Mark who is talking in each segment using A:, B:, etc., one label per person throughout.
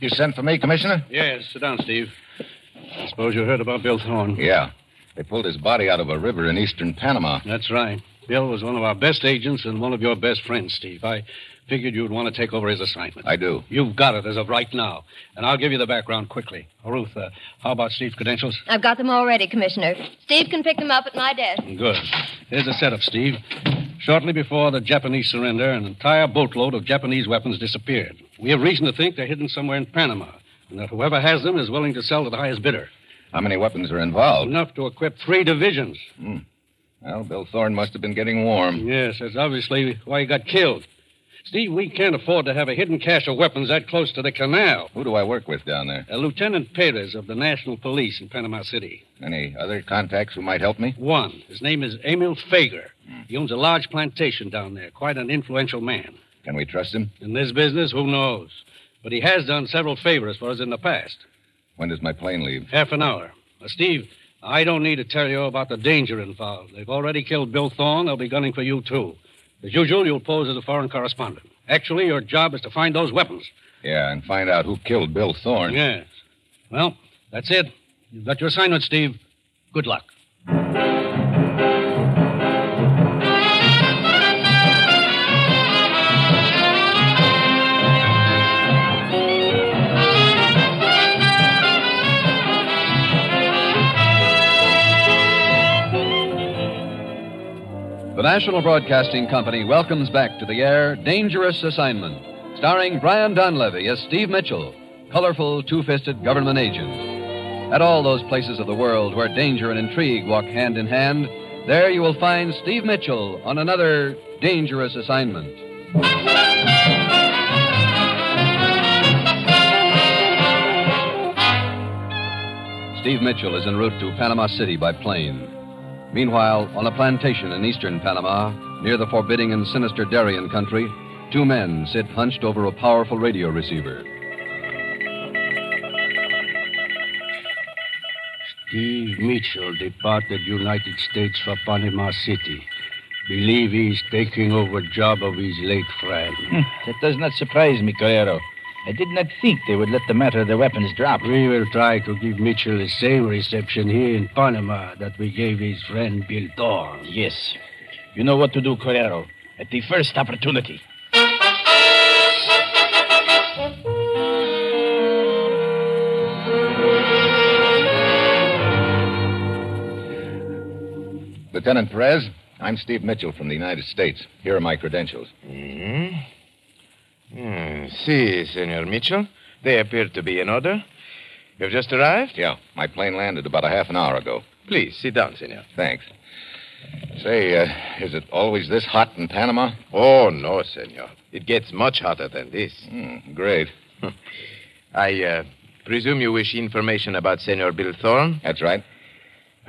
A: You sent for me, Commissioner?
B: Yes, sit down, Steve. I suppose you heard about Bill Thorne.
A: Yeah. They pulled his body out of a river in eastern Panama.
B: That's right. Bill was one of our best agents and one of your best friends, Steve. I figured you'd want to take over his assignment.
A: I do.
B: You've got it as of right now. And I'll give you the background quickly. Ruth, uh, how about Steve's credentials?
C: I've got them already, Commissioner. Steve can pick them up at my desk.
B: Good. Here's the setup, Steve. Shortly before the Japanese surrender, an entire boatload of Japanese weapons disappeared. We have reason to think they're hidden somewhere in Panama, and that whoever has them is willing to sell to the highest bidder.
A: How many weapons are involved?
B: Enough to equip three divisions.
A: Well, Bill Thorne must have been getting warm.
B: Yes, that's obviously why he got killed. Steve, we can't afford to have a hidden cache of weapons that close to the canal.
A: Who do I work with down there?
B: Uh, Lieutenant Perez of the National Police in Panama City.
A: Any other contacts who might help me?
B: One. His name is Emil Fager. He owns a large plantation down there, quite an influential man.
A: Can we trust him?
B: In this business, who knows? But he has done several favors for us in the past.
A: When does my plane leave?
B: Half an hour. Now, Steve, I don't need to tell you about the danger involved. They've already killed Bill Thorne. They'll be gunning for you, too. As usual, you'll pose as a foreign correspondent. Actually, your job is to find those weapons.
A: Yeah, and find out who killed Bill Thorne.
B: Yes. Well, that's it. You've got your assignment, Steve. Good luck.
D: The National Broadcasting Company welcomes back to the air Dangerous Assignment, starring Brian Donlevy as Steve Mitchell, colorful, two fisted government agent. At all those places of the world where danger and intrigue walk hand in hand, there you will find Steve Mitchell on another Dangerous Assignment. Steve Mitchell is en route to Panama City by plane. Meanwhile, on a plantation in eastern Panama, near the forbidding and sinister Darien country, two men sit hunched over a powerful radio receiver.
B: Steve Mitchell departed United States for Panama City. Believe he's taking over job of his late friend.
E: That does not surprise me, Coyero. I did not think they would let the matter of the weapons drop.
B: We will try to give Mitchell the same reception here in Panama that we gave his friend Bill Thorne.
E: Yes. You know what to do, Coyero. At the first opportunity.
A: Lieutenant Perez, I'm Steve Mitchell from the United States. Here are my credentials.
F: Hmm? Hmm, Si, Senor Mitchell. They appear to be in order. You've just arrived?
A: Yeah, my plane landed about a half an hour ago.
F: Please, sit down, Senor.
A: Thanks. Say, uh, is it always this hot in Panama?
F: Oh, no, Senor. It gets much hotter than this.
A: Hmm, great.
F: I uh, presume you wish information about Senor Bill Thorne?
A: That's right.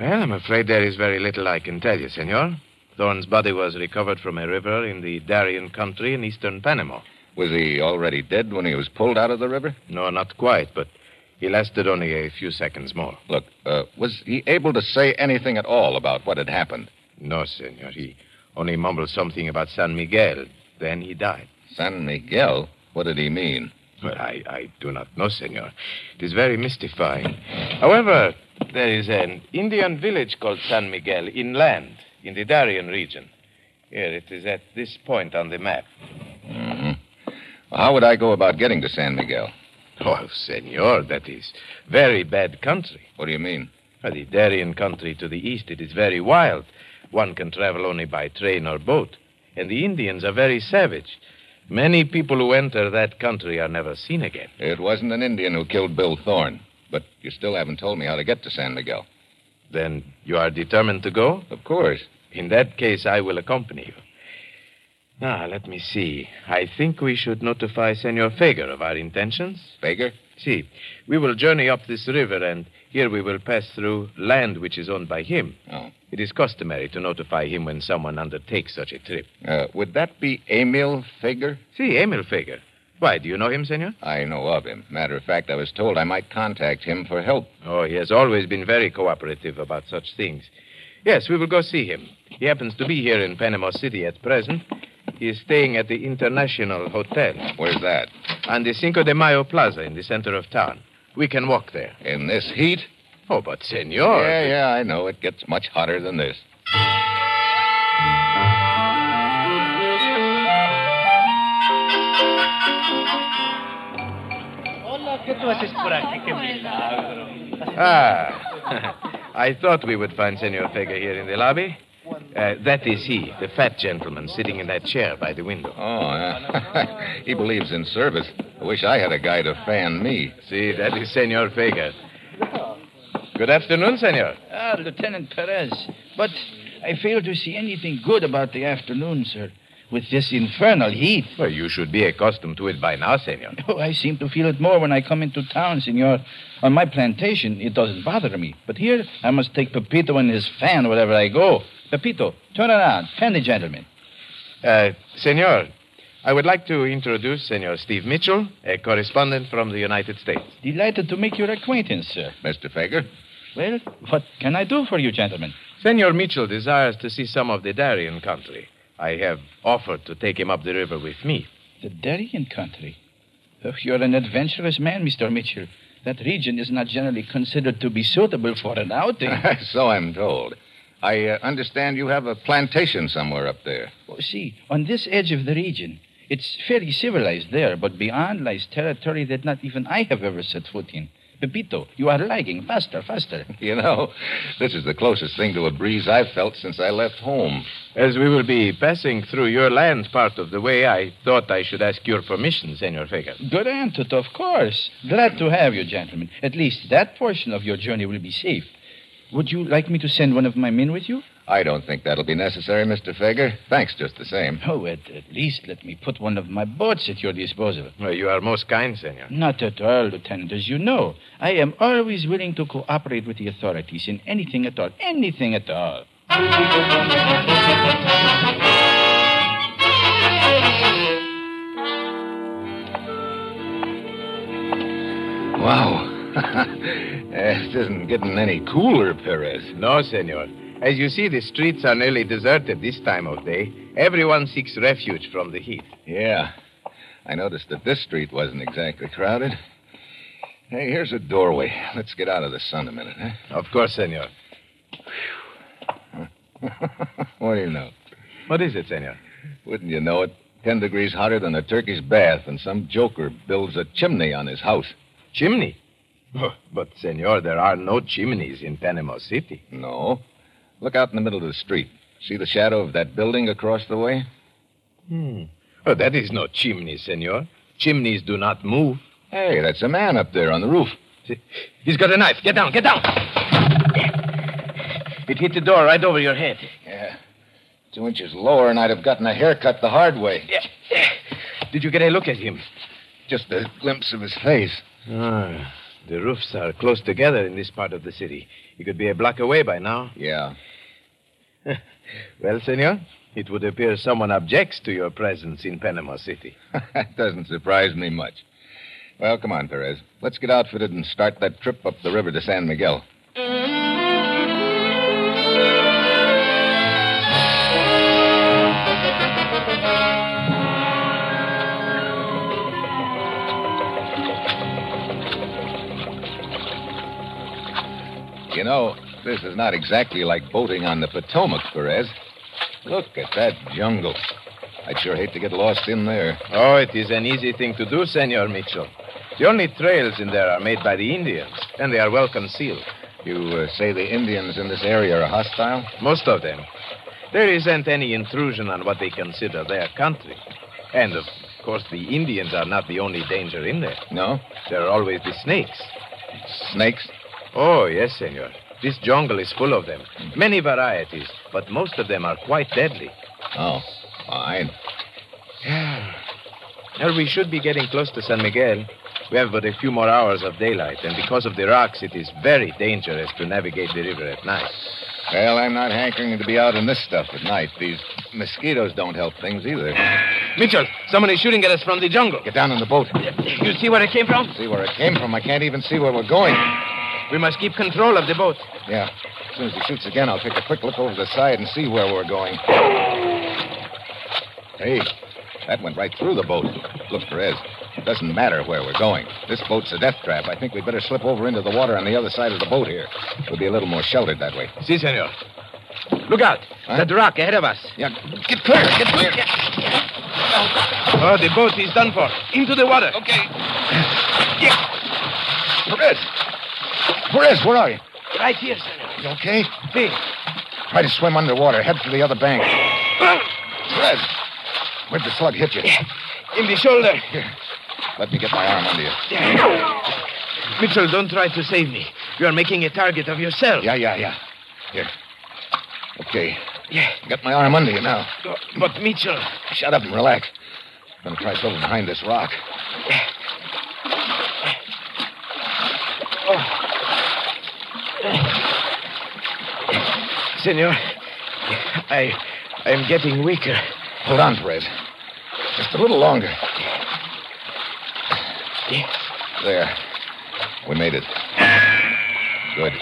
F: Well, I'm afraid there is very little I can tell you, Senor. Thorne's body was recovered from a river in the Darien country in eastern Panama.
A: Was he already dead when he was pulled out of the river?
F: No, not quite, but he lasted only a few seconds more.
A: Look, uh, was he able to say anything at all about what had happened?
F: No, senor. He only mumbled something about San Miguel. Then he died.
A: San Miguel? What did he mean?
F: Well, I, I do not know, senor. It is very mystifying. However, there is an Indian village called San Miguel inland in the Darien region. Here, it is at this point on the map.
A: Mhm. Well, how would I go about getting to San Miguel?
F: Oh, senor, that is very bad country.
A: What do you mean?
F: Well, the Darien country to the east, it is very wild. One can travel only by train or boat. And the Indians are very savage. Many people who enter that country are never seen again.
A: It wasn't an Indian who killed Bill Thorne, but you still haven't told me how to get to San Miguel.
F: Then you are determined to go?
A: Of course.
F: In that case, I will accompany you. Now, let me see. I think we should notify Senor Fager of our intentions.
A: Fager?
F: See, we will journey up this river, and here we will pass through land which is owned by him.
A: Oh.
F: It is customary to notify him when someone undertakes such a trip.
A: Uh, would that be Emil Fager?
F: See, Emil Fager. Why, do you know him, senor?
A: I know of him. Matter of fact, I was told I might contact him for help.
F: Oh, he has always been very cooperative about such things. Yes, we will go see him. He happens to be here in Panama City at present. He is staying at the International Hotel
A: Where's that?
F: on the Cinco de Mayo Plaza in the center of town. We can walk there.
A: In this heat?
F: Oh, but senor.
A: Yeah, yeah, I know. It gets much hotter than this.
F: Ah. I thought we would find Senor Fager here in the lobby. Uh, that is he, the fat gentleman sitting in that chair by the window.
A: Oh, yeah. he believes in service. I wish I had a guy to fan me.
F: See, that is Senor Fager. Good afternoon, senor.
E: Ah, Lieutenant Perez. But I fail to see anything good about the afternoon, sir, with this infernal heat.
F: Well, you should be accustomed to it by now, senor.
E: Oh, I seem to feel it more when I come into town, senor. On my plantation, it doesn't bother me. But here, I must take Pepito and his fan wherever I go. Pepito, turn around. Fan the gentleman.
F: Uh, senor, I would like to introduce Senor Steve Mitchell, a correspondent from the United States.
E: Delighted to make your acquaintance, sir.
A: Mr. Fager?
E: Well, what can I do for you, gentlemen?
F: Senor Mitchell desires to see some of the Darien country. I have offered to take him up the river with me.
E: The Darien country. Oh, you're an adventurous man, Mr. Mitchell. That region is not generally considered to be suitable for an outing.
A: so I'm told. I uh, understand you have a plantation somewhere up there.
E: Oh, see, on this edge of the region, it's fairly civilized there, but beyond lies territory that not even I have ever set foot in. Pepito, you are lagging. Faster, faster.
A: You know, this is the closest thing to a breeze I've felt since I left home.
F: As we will be passing through your land part of the way, I thought I should ask your permission, Senor Fager.
E: Good antidote, of course. Glad to have you, gentlemen. At least that portion of your journey will be safe. Would you like me to send one of my men with you?
A: I don't think that'll be necessary, Mr. Fager. Thanks just the same.
E: Oh, at, at least let me put one of my boats at your disposal.
F: Well, you are most kind, senor.
E: Not at all, Lieutenant. As you know, I am always willing to cooperate with the authorities in anything at all. Anything at all.
A: Wow.
F: Eh,
A: this isn't getting any cooler, Perez.
F: No, senor. As you see, the streets are nearly deserted this time of day. Everyone seeks refuge from the heat.
A: Yeah. I noticed that this street wasn't exactly crowded. Hey, here's a doorway. Let's get out of the sun a minute, huh?
F: Of course, senor.
A: what do you know?
F: What is it, senor?
A: Wouldn't you know it? Ten degrees hotter than a Turkish bath, and some joker builds a chimney on his house.
F: Chimney. Oh, but, senor, there are no chimneys in Panama City.
A: No. Look out in the middle of the street. See the shadow of that building across the way?
F: Hmm. Oh, that is no chimney, senor. Chimneys do not move.
A: Hey, that's a man up there on the roof.
F: He's got a knife. Get down, get down. It hit the door right over your head.
A: Yeah. Two inches lower, and I'd have gotten a haircut the hard way.
F: Yeah. Did you get a look at him?
A: Just a glimpse of his face.
F: Ah, the roofs are close together in this part of the city. He could be a block away by now.
A: Yeah.
F: Well, senor, it would appear someone objects to your presence in Panama City.
A: that doesn't surprise me much. Well, come on, Perez. Let's get outfitted and start that trip up the river to San Miguel. You know, This is not exactly like boating on the Potomac, Perez. Look at that jungle. I'd sure hate to get lost in there.
F: Oh, it is an easy thing to do, Senor Mitchell. The only trails in there are made by the Indians, and they are well concealed,
A: You uh, say the Indians in this area are hostile?
F: most of them. There isn't any intrusion on what they consider their country. And, of course, the Indians are not the only danger in there.
A: No?
F: There are always the snakes.
A: Snakes?
F: Oh, yes, senor. This jungle is full of them. Many varieties, but most of them are quite deadly.
A: Oh, fine.
F: Well, we should be getting close to San Miguel. We have but a few more hours of daylight, and because of the rocks, it is very dangerous to navigate the river at night.
A: Well, I'm not hankering to be out in this stuff at night. These mosquitoes don't help things either.
F: Mitchell, someone is shooting at us from the jungle.
A: Get down in the boat.
F: You see where it came from?
A: See where it came from. I can't even see where we're going.
F: We must keep control of the boat.
A: Yeah. As soon as he shoots again, I'll take a quick look over the side and see where we're going. Hey, that went right through the boat. Look, Perez, it doesn't matter where we're going. This boat's a death trap. I think we'd better slip over into the water on the other side of the boat here. We'll be a little more sheltered that way.
F: Si, senor. Look out.
A: Huh?
F: That rock ahead of us.
A: Yeah, get clear. Get clear.
F: Oh, the boat is done for. Into the water. Okay.
A: Perez! Perez, where are you?
F: Right here, senor.
A: You okay?
F: See.
A: Try to swim underwater. Head for the other bank. Perez, where'd the slug hit you?
F: In the shoulder.
A: Let me get my arm under you.
F: Mitchell, don't try to save me. You are making a target of yourself.
A: Yeah, yeah, yeah. Here. Okay.
F: Yeah.
A: Got my arm under you now.
F: But Mitchell.
A: Shut up and relax. I'm going to try something behind this rock.
F: Senor, I I am getting weaker.
A: Hold on, Perez. Just a little longer. There. We made it. Good.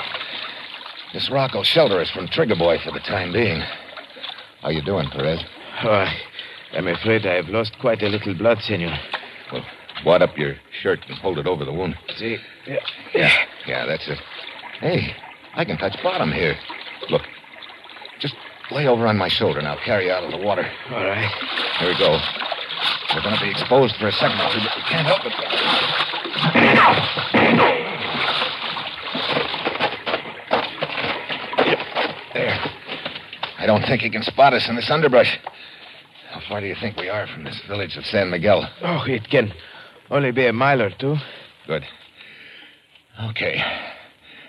A: This rock will shelter us from Trigger Boy for the time being. How you doing, Perez?
F: Oh, I, I'm afraid I have lost quite a little blood, senor.
A: Well, wad up your shirt and hold it over the wound.
F: See?
A: Yeah, yeah, that's it. Hey, I can touch bottom here. Look, just lay over on my shoulder now. Carry you out of the water.
F: All right.
A: Here we go. We're going to be exposed for a second or two, but we can't help it. There. I don't think he can spot us in this underbrush. How far do you think we are from this village of San Miguel?
F: Oh, it can only be a mile or two.
A: Good. Okay.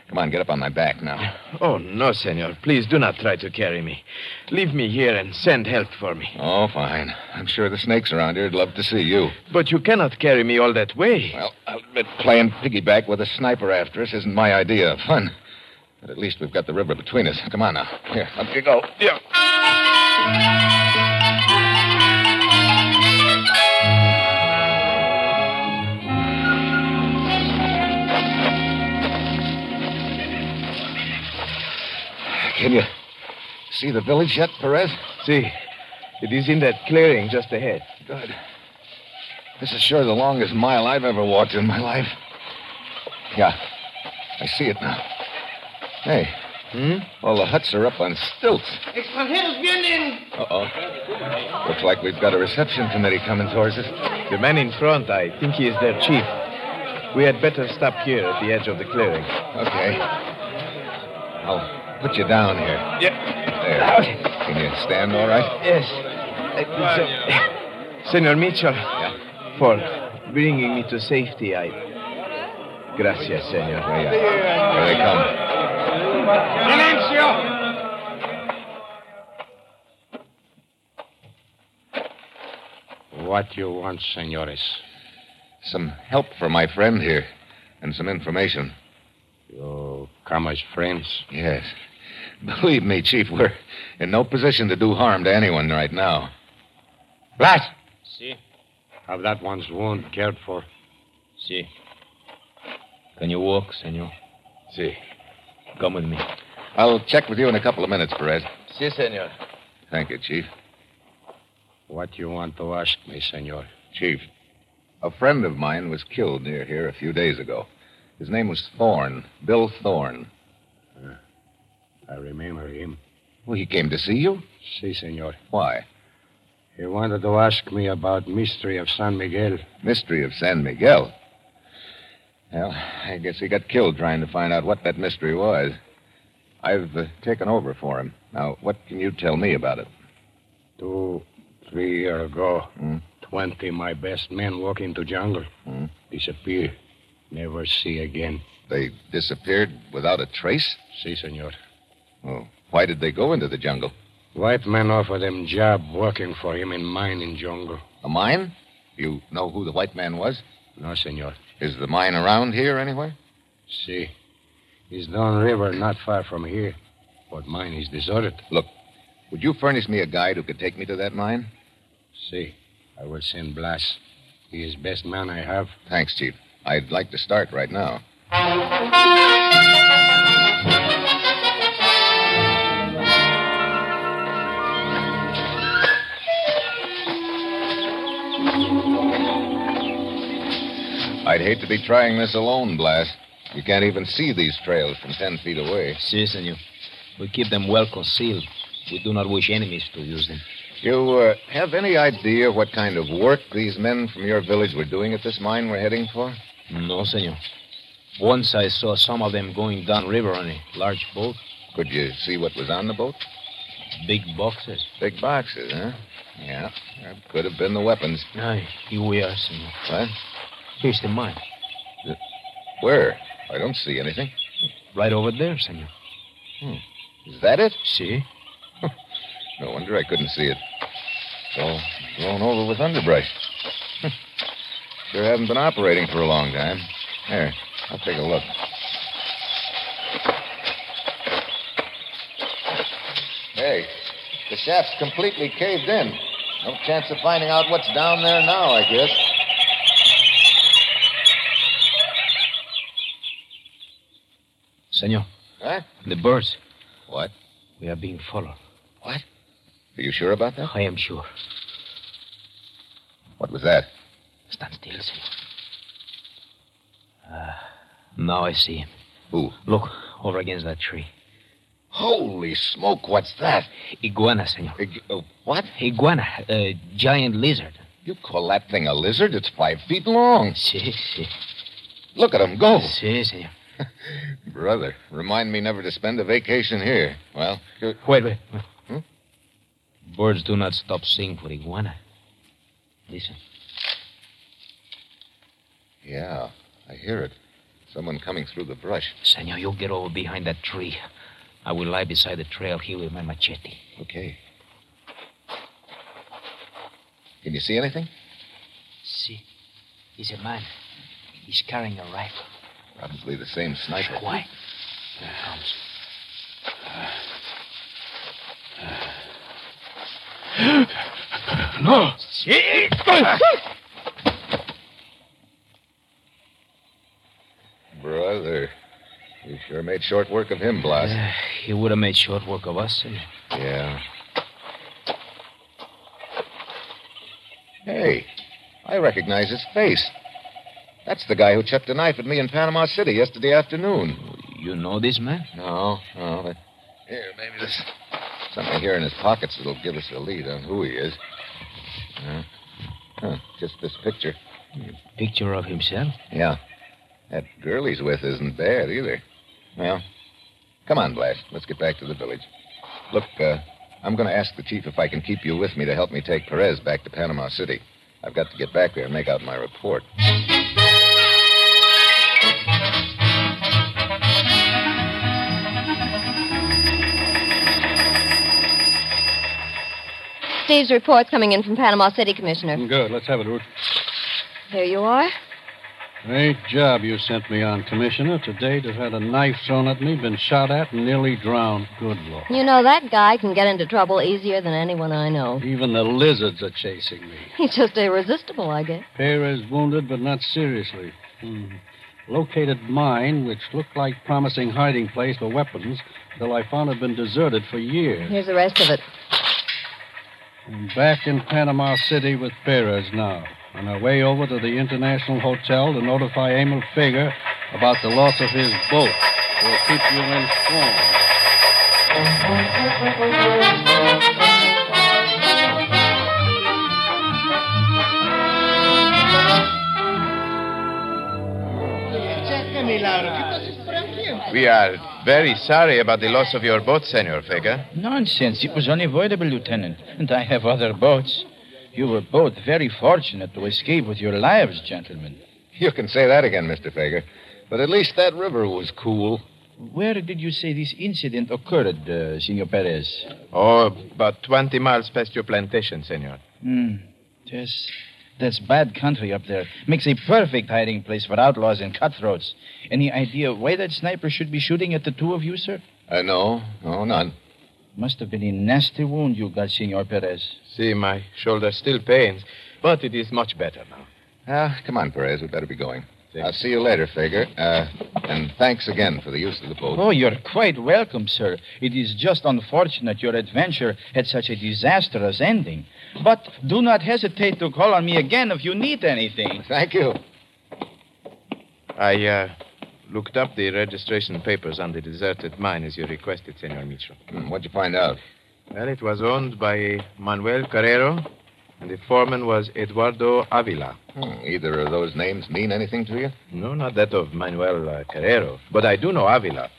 A: Come on, get up on my back now.
F: Oh, no, senor. Please do not try to carry me. Leave me here and send help for me.
A: Oh, fine. I'm sure the snakes around here would love to see you.
F: But you cannot carry me all that way.
A: Well, I'll admit playing piggyback with a sniper after us isn't my idea of fun. But at least we've got the river between us. Come on now. Here, up you go. Yeah. Can you see the village yet, Perez?
F: See, it is in that clearing just ahead.
A: Good. This is sure the longest mile I've ever walked in my life. Yeah, I see it now. Hey.
F: Hmm?
A: All the huts are up on stilts. Uh oh. Looks like we've got a reception committee coming towards us.
F: The man in front, I think he is their chief. We had better stop here at the edge of the clearing.
A: Okay. I'll put you down here. Yep. There. Can you stand all right?
F: Yes. Uh, so- Senor Mitchell, for bringing me to safety, I. Gracias, senor.
A: Yeah, yeah. Here they come.
B: What you want, senores?
A: Some help for my friend here and some information.
B: You come as friends?
A: Yes. Believe me, Chief, we're in no position to do harm to anyone right now.
B: Blast! Have that one's wound cared for.
F: Si. Can you walk, senor?
A: See.
F: Come with me.
A: I'll check with you in a couple of minutes, Perez.
F: Si, senor.
A: Thank you, Chief.
B: What you want to ask me, senor?
A: Chief, a friend of mine was killed near here a few days ago. His name was Thorne, Bill Thorne.
B: Uh, I remember him.
A: Well, he came to see you?
B: Si, senor.
A: Why?
B: He wanted to ask me about mystery of San Miguel.
A: Mystery of San Miguel. Well, I guess he got killed trying to find out what that mystery was. I've uh, taken over for him. Now, what can you tell me about it?
B: Two, three year ago,
A: Mm.
B: twenty my best men walk into jungle,
A: Mm.
B: disappear, never see again.
A: They disappeared without a trace?
B: Si, senor.
A: Oh, why did they go into the jungle?
B: White man offer them job working for him in mine in jungle.
A: A mine? You know who the white man was?
B: No, senor.
A: Is the mine around here anywhere?
B: Si. Is down river not far from here, but mine is deserted.
A: Would you furnish me a guide who could take me to that mine?
B: See, I will send Blas. He is best man I have.
A: Thanks, Chief. I'd like to start right now. I'd hate to be trying this alone, Blast. You can't even see these trails from ten feet away.
F: Si, senor. We keep them well concealed. We do not wish enemies to use them.
A: You uh, have any idea what kind of work these men from your village were doing at this mine we're heading for?
F: No, senor. Once I saw some of them going downriver on a large boat,
A: Could you see what was on the boat?
F: big boxes.
A: Big boxes, huh? Yeah, that could have been the weapons.
F: Aye, here we are, senor.
A: What?
F: Here's the mine.
A: Where? I don't see anything.
F: Right over there, senor.
A: Is that it?
F: See?
A: No wonder I couldn't see it. It's all blown over with underbrush. sure haven't been operating for a long time. Here, I'll take a look. Hey, the shaft's completely caved in. No chance of finding out what's down there now, I guess.
F: Senor,
A: Huh?
F: the birds.
A: What?
F: We are being followed.
A: Are you sure about that?
F: I am sure.
A: What was that?
F: Stand still, senor. Ah, now I see him.
A: Who?
F: Look, over against that tree.
A: Holy smoke, what's that?
F: Iguana, senor.
A: Ig- oh, what?
F: Iguana, a giant lizard.
A: You call that thing a lizard? It's five feet long.
F: Si, si.
A: Look at him go.
F: Si, senor.
A: Brother, remind me never to spend a vacation here. Well, you-
F: Wait, wait.
A: Hmm?
F: Birds do not stop singing for iguana. Listen.
A: yeah, I hear it. Someone coming through the brush.
F: Senor, you get over behind that tree. I will lie beside the trail here with my machete.
A: Okay. Can you see anything?
F: See? He's a man. He's carrying a rifle.
A: Probably the same sniper.
F: Quiet. Here he comes.
B: No!
A: Brother, you sure made short work of him, Blas.
F: Uh, he would have made short work of us, senor.
A: Yeah. Hey, I recognize his face. That's the guy who chucked a knife at me in Panama City yesterday afternoon.
F: You know this man?
A: No, no. But here, maybe there's something here in his pockets that'll give us a lead on who he is. Yeah. Huh, just this picture.
F: Picture of himself?
A: Yeah. That girl he's with isn't bad either. Well, come on, Blas. Let's get back to the village. Look, uh, I'm going to ask the chief if I can keep you with me to help me take Perez back to Panama City. I've got to get back there and make out my report.
C: Steve's report's coming in from Panama City, Commissioner.
B: Good. Let's have it, Ruth.
C: Here you are.
B: Great job you sent me on, Commissioner. Today to have had a knife thrown at me, been shot at, and nearly drowned. Good Lord.
C: You know, that guy can get into trouble easier than anyone I know.
B: Even the lizards are chasing me.
C: He's just irresistible, I guess.
B: Perez wounded, but not seriously. Hmm. Located mine, which looked like promising hiding place for weapons, till I found it had been deserted for years.
C: Here's the rest of it.
B: I'm back in Panama City with Perez now, on our way over to the International Hotel to notify Emil Fager about the loss of his boat. We'll keep you informed.
F: We are very sorry about the loss of your boat, Senor Vega.
E: Nonsense. It was unavoidable, Lieutenant. And I have other boats. You were both very fortunate to escape with your lives, gentlemen.
A: You can say that again, Mr. Fager. But at least that river was cool.
E: Where did you say this incident occurred, uh, Senor Perez?
F: Oh, about 20 miles past your plantation, Senor.
E: Hmm. Yes. That's bad country up there. Makes a perfect hiding place for outlaws and cutthroats. Any idea why that sniper should be shooting at the two of you, sir?
A: Uh, no, no, none.
E: Must have been a nasty wound you got, Senor Perez.
F: See, my shoulder still pains, but it is much better now.
A: Ah, come on, Perez. We'd better be going. I'll see you later, Fager. Uh, and thanks again for the use of the boat.
E: Oh, you're quite welcome, sir. It is just unfortunate your adventure had such a disastrous ending. But do not hesitate to call on me again if you need anything.
A: Thank you.
F: I uh, looked up the registration papers on the deserted mine as you requested, Senor Micho.
A: Hmm, what'd you find out?
F: Well, it was owned by Manuel Carrero, and the foreman was Eduardo Avila.
A: Hmm, either of those names mean anything to you?
F: No, not that of Manuel uh, Carrero, but I do know Avila.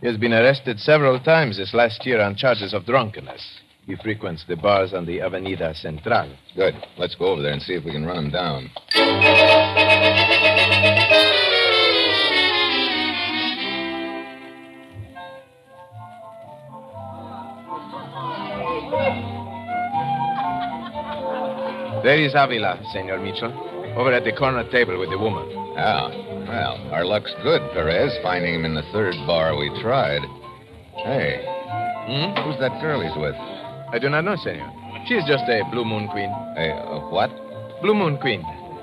F: He has been arrested several times this last year on charges of drunkenness. He frequents the bars on the Avenida Central.
A: Good. Let's go over there and see if we can run him down.
F: There is Avila, Senor Mitchell, over at the corner table with the woman.
A: Ah, well, our luck's good, Perez, finding him in the third bar we tried. Hey,
F: Hmm?
A: who's that girl he's with?
F: I do not know, Senor. She is just a blue moon queen.
A: Hey, uh, what?
F: Blue moon queen.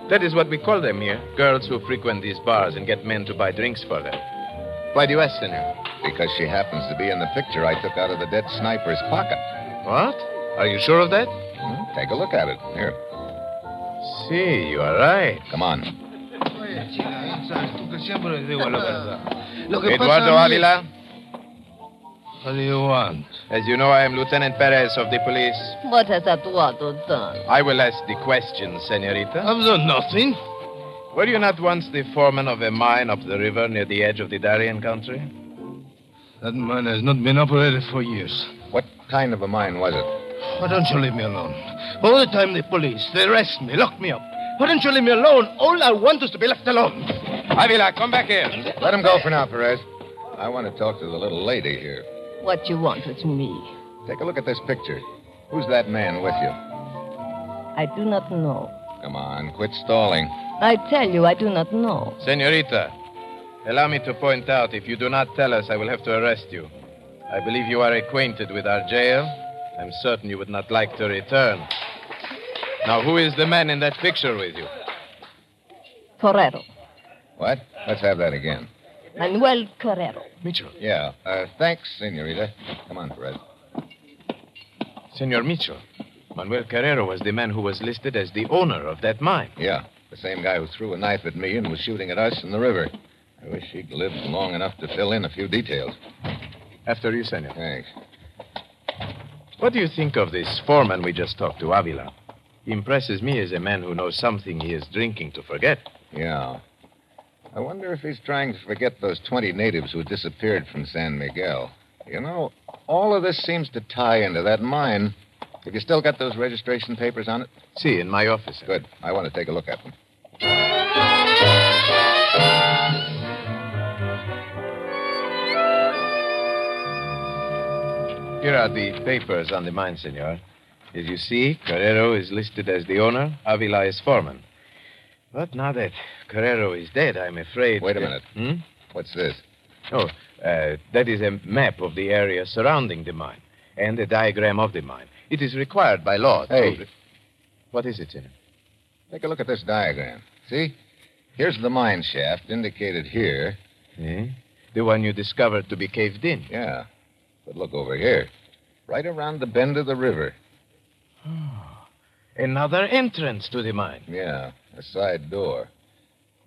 F: That is what we call them here. Girls who frequent these bars and get men to buy drinks for them. Why do you ask, Senor?
A: Because she happens to be in the picture I took out of the dead sniper's pocket.
F: What? Are you sure of that?
A: Hmm, Take a look at it. Here,
F: See, you are right.
A: come on.
F: Eduardo Avila,
B: What do you want?
F: as you know, I am Lieutenant Perez of the police.
C: What has that water done?
F: I will ask the question, Senorita.
B: I've done nothing.
F: Were you not once the foreman of a mine up the river near the edge of the Darien country?
B: That mine has not been operated for years.
A: What kind of a mine was it?
B: Why don't you leave me alone? All the time, the police, they arrest me, lock me up. Why don't you leave me alone? All I want is to be left alone.
F: Avila, come back here.
A: Let him go for now, Perez. I want to talk to the little lady here.
C: What you want with me?
A: Take a look at this picture. Who's that man with you?
C: I do not know.
A: Come on, quit stalling.
C: I tell you, I do not know.
F: Senorita, allow me to point out if you do not tell us, I will have to arrest you. I believe you are acquainted with our jail. I'm certain you would not like to return. Now, who is the man in that picture with you?
C: Correro.
A: What? Let's have that again.
C: Manuel Correro.
F: Mitchell.
A: Yeah. Uh, thanks, Senorita. Come on, Perez.
F: Senor Mitchell. Manuel Carrero was the man who was listed as the owner of that mine.
A: Yeah, the same guy who threw a knife at me and was shooting at us in the river. I wish he'd lived long enough to fill in a few details.
F: After you, Senor.
A: Thanks.
F: What do you think of this foreman we just talked to, Avila? He impresses me as a man who knows something he is drinking to forget.
A: Yeah. I wonder if he's trying to forget those 20 natives who disappeared from San Miguel. You know, all of this seems to tie into that mine. Have you still got those registration papers on it?
F: See, in my office.
A: Good. I want to take a look at them.
F: Here are the papers on the mine, senor. As you see, Carrero is listed as the owner, Avila is foreman. But now that Carrero is dead, I'm afraid.
A: Wait a minute.
F: Hmm?
A: What's this?
F: Oh, uh, that is a map of the area surrounding the mine and a diagram of the mine. It is required by law. to-
A: Hey.
F: What is it, senor?
A: Take a look at this diagram. See? Here's the mine shaft indicated here.
F: Eh? The one you discovered to be caved in.
A: Yeah. But look over here. Right around the bend of the river.
F: Another entrance to the mine.
A: Yeah, a side door.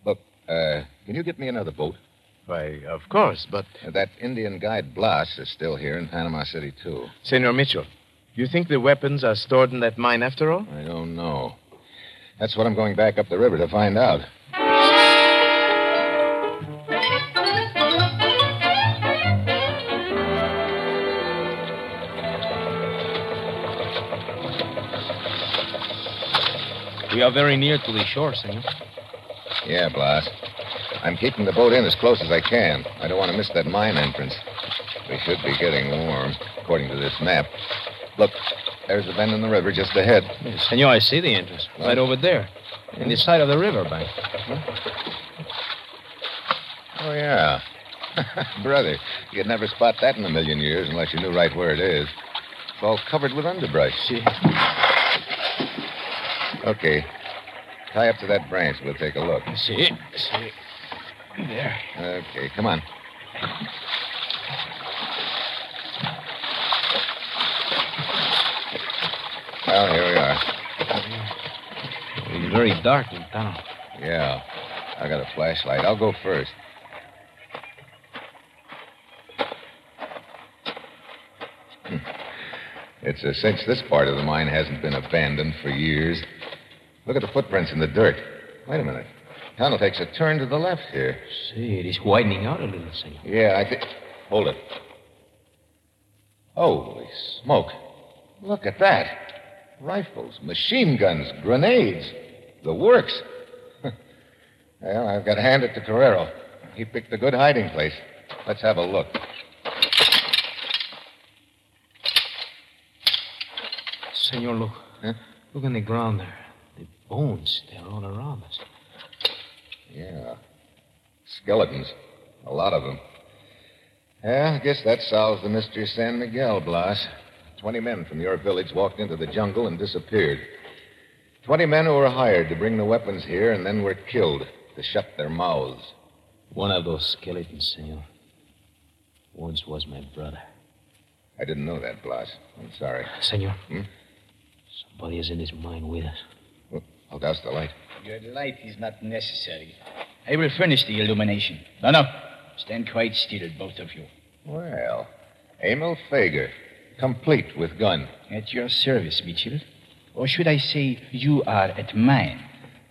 A: Look, uh, can you get me another boat?
G: Why, of course, but.
A: That Indian guide Blas is still here in Panama City, too.
G: Senor Mitchell, you think the weapons are stored in that mine after all?
A: I don't know. That's what I'm going back up the river to find out.
F: We are very near to the shore, senor.
A: Yeah, Blas. I'm keeping the boat in as close as I can. I don't want to miss that mine entrance. We should be getting warm, according to this map. Look, there's a bend in the river just ahead.
F: Yes, senor, I see the entrance. Right over there. In the side of the river bank.
A: Oh, yeah. Brother, you'd never spot that in a million years unless you knew right where it is. It's all covered with underbrush. Okay. Tie up to that branch. We'll take a look.
F: See? See? There.
A: Okay, come on. Well, here we are.
F: It's very dark in tunnel.
A: Yeah. I got a flashlight. I'll go first. Hmm. It's a cinch this part of the mine hasn't been abandoned for years. Look at the footprints in the dirt. Wait a minute. Tunnel takes a turn to the left here.
F: See, it is widening out a little, senor.
A: Yeah, I think. Hold it. Holy smoke. Look at that. Rifles, machine guns, grenades. The works. well, I've got to hand it to Carrero. He picked a good hiding place. Let's have a look.
F: Senor, look.
A: Huh?
F: Look on the ground there. The bones, they're all around us.
A: Yeah. Skeletons. A lot of them. Yeah, I guess that solves the mystery of San Miguel, Blas. Twenty men from your village walked into the jungle and disappeared. Twenty men who were hired to bring the weapons here and then were killed to shut their mouths.
F: One of those skeletons, senor. Once was my brother.
A: I didn't know that, Blas. I'm sorry.
F: Senor.
A: Hmm?
F: Somebody is in this mine with us.
A: Hold out the light.
E: Your light is not necessary. I will furnish the illumination. No, no. Stand quite still, both of you.
A: Well, Emil Fager, complete with gun.
E: At your service, Mitchell. Or should I say, you are at mine?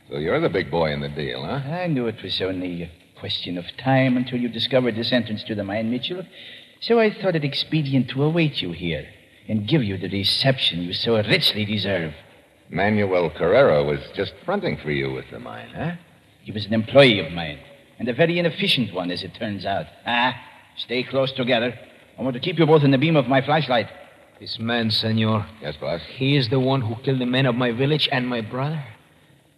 A: So you're the big boy in the deal, huh?
E: I knew it was only a question of time until you discovered this entrance to the mine, Mitchell. So I thought it expedient to await you here and give you the reception you so richly deserve.
A: Manuel Carrera was just fronting for you with the mine, huh?
E: He was an employee of mine, and a very inefficient one, as it turns out. Ah, stay close together. I want to keep you both in the beam of my flashlight.
F: This man, senor,
A: Yes, boss.
F: he is the one who killed the men of my village and my brother.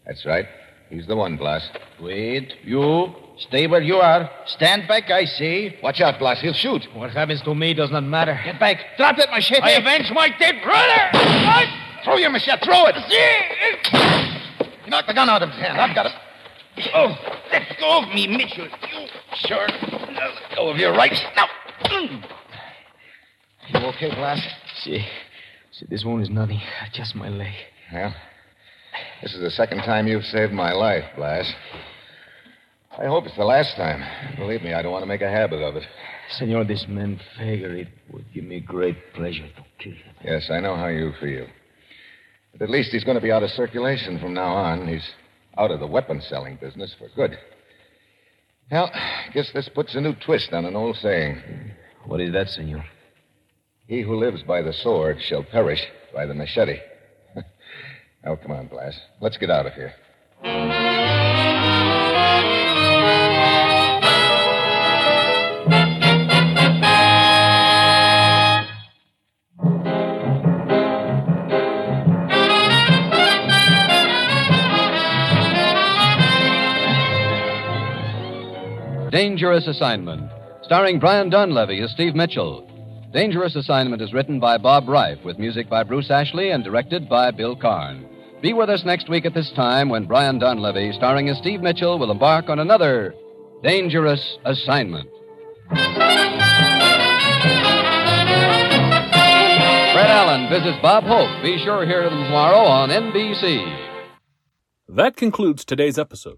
A: That's right. He's the one, Blas.
E: Wait, you. Stay where you are. Stand back, I say.
A: Watch out, Blas. He'll shoot.
F: What happens to me does not matter.
E: Get back. Drop that machete.
F: I avenge
E: my dead brother.
A: Throw your machete. Throw it. You knocked the gun out of his hand. I've got it.
E: Oh, let go of me, Mitchell. You sure? Let go of your right now.
A: You okay, Blas?
F: See, see, this wound is nothing. Just my leg.
A: Yeah. This is the second time you've saved my life, Blas. I hope it's the last time. Believe me, I don't want to make a habit of it.
F: Senor, this man Fager, it would give me great pleasure to kill him.
A: Yes, I know how you feel. But at least he's going to be out of circulation from now on. He's out of the weapon selling business for good. Well, guess this puts a new twist on an old saying.
F: What is that, senor?
A: He who lives by the sword shall perish by the machete. oh, come on, Blas. Let's get out of here.
B: Dangerous Assignment, starring Brian Dunleavy as Steve Mitchell. Dangerous Assignment is written by Bob Reif, with music by Bruce Ashley and directed by Bill Carn. Be with us next week at this time when Brian Dunleavy, starring as Steve Mitchell, will embark on another Dangerous Assignment. Fred Allen visits Bob Hope. Be sure to hear him tomorrow on NBC.
H: That concludes today's episode.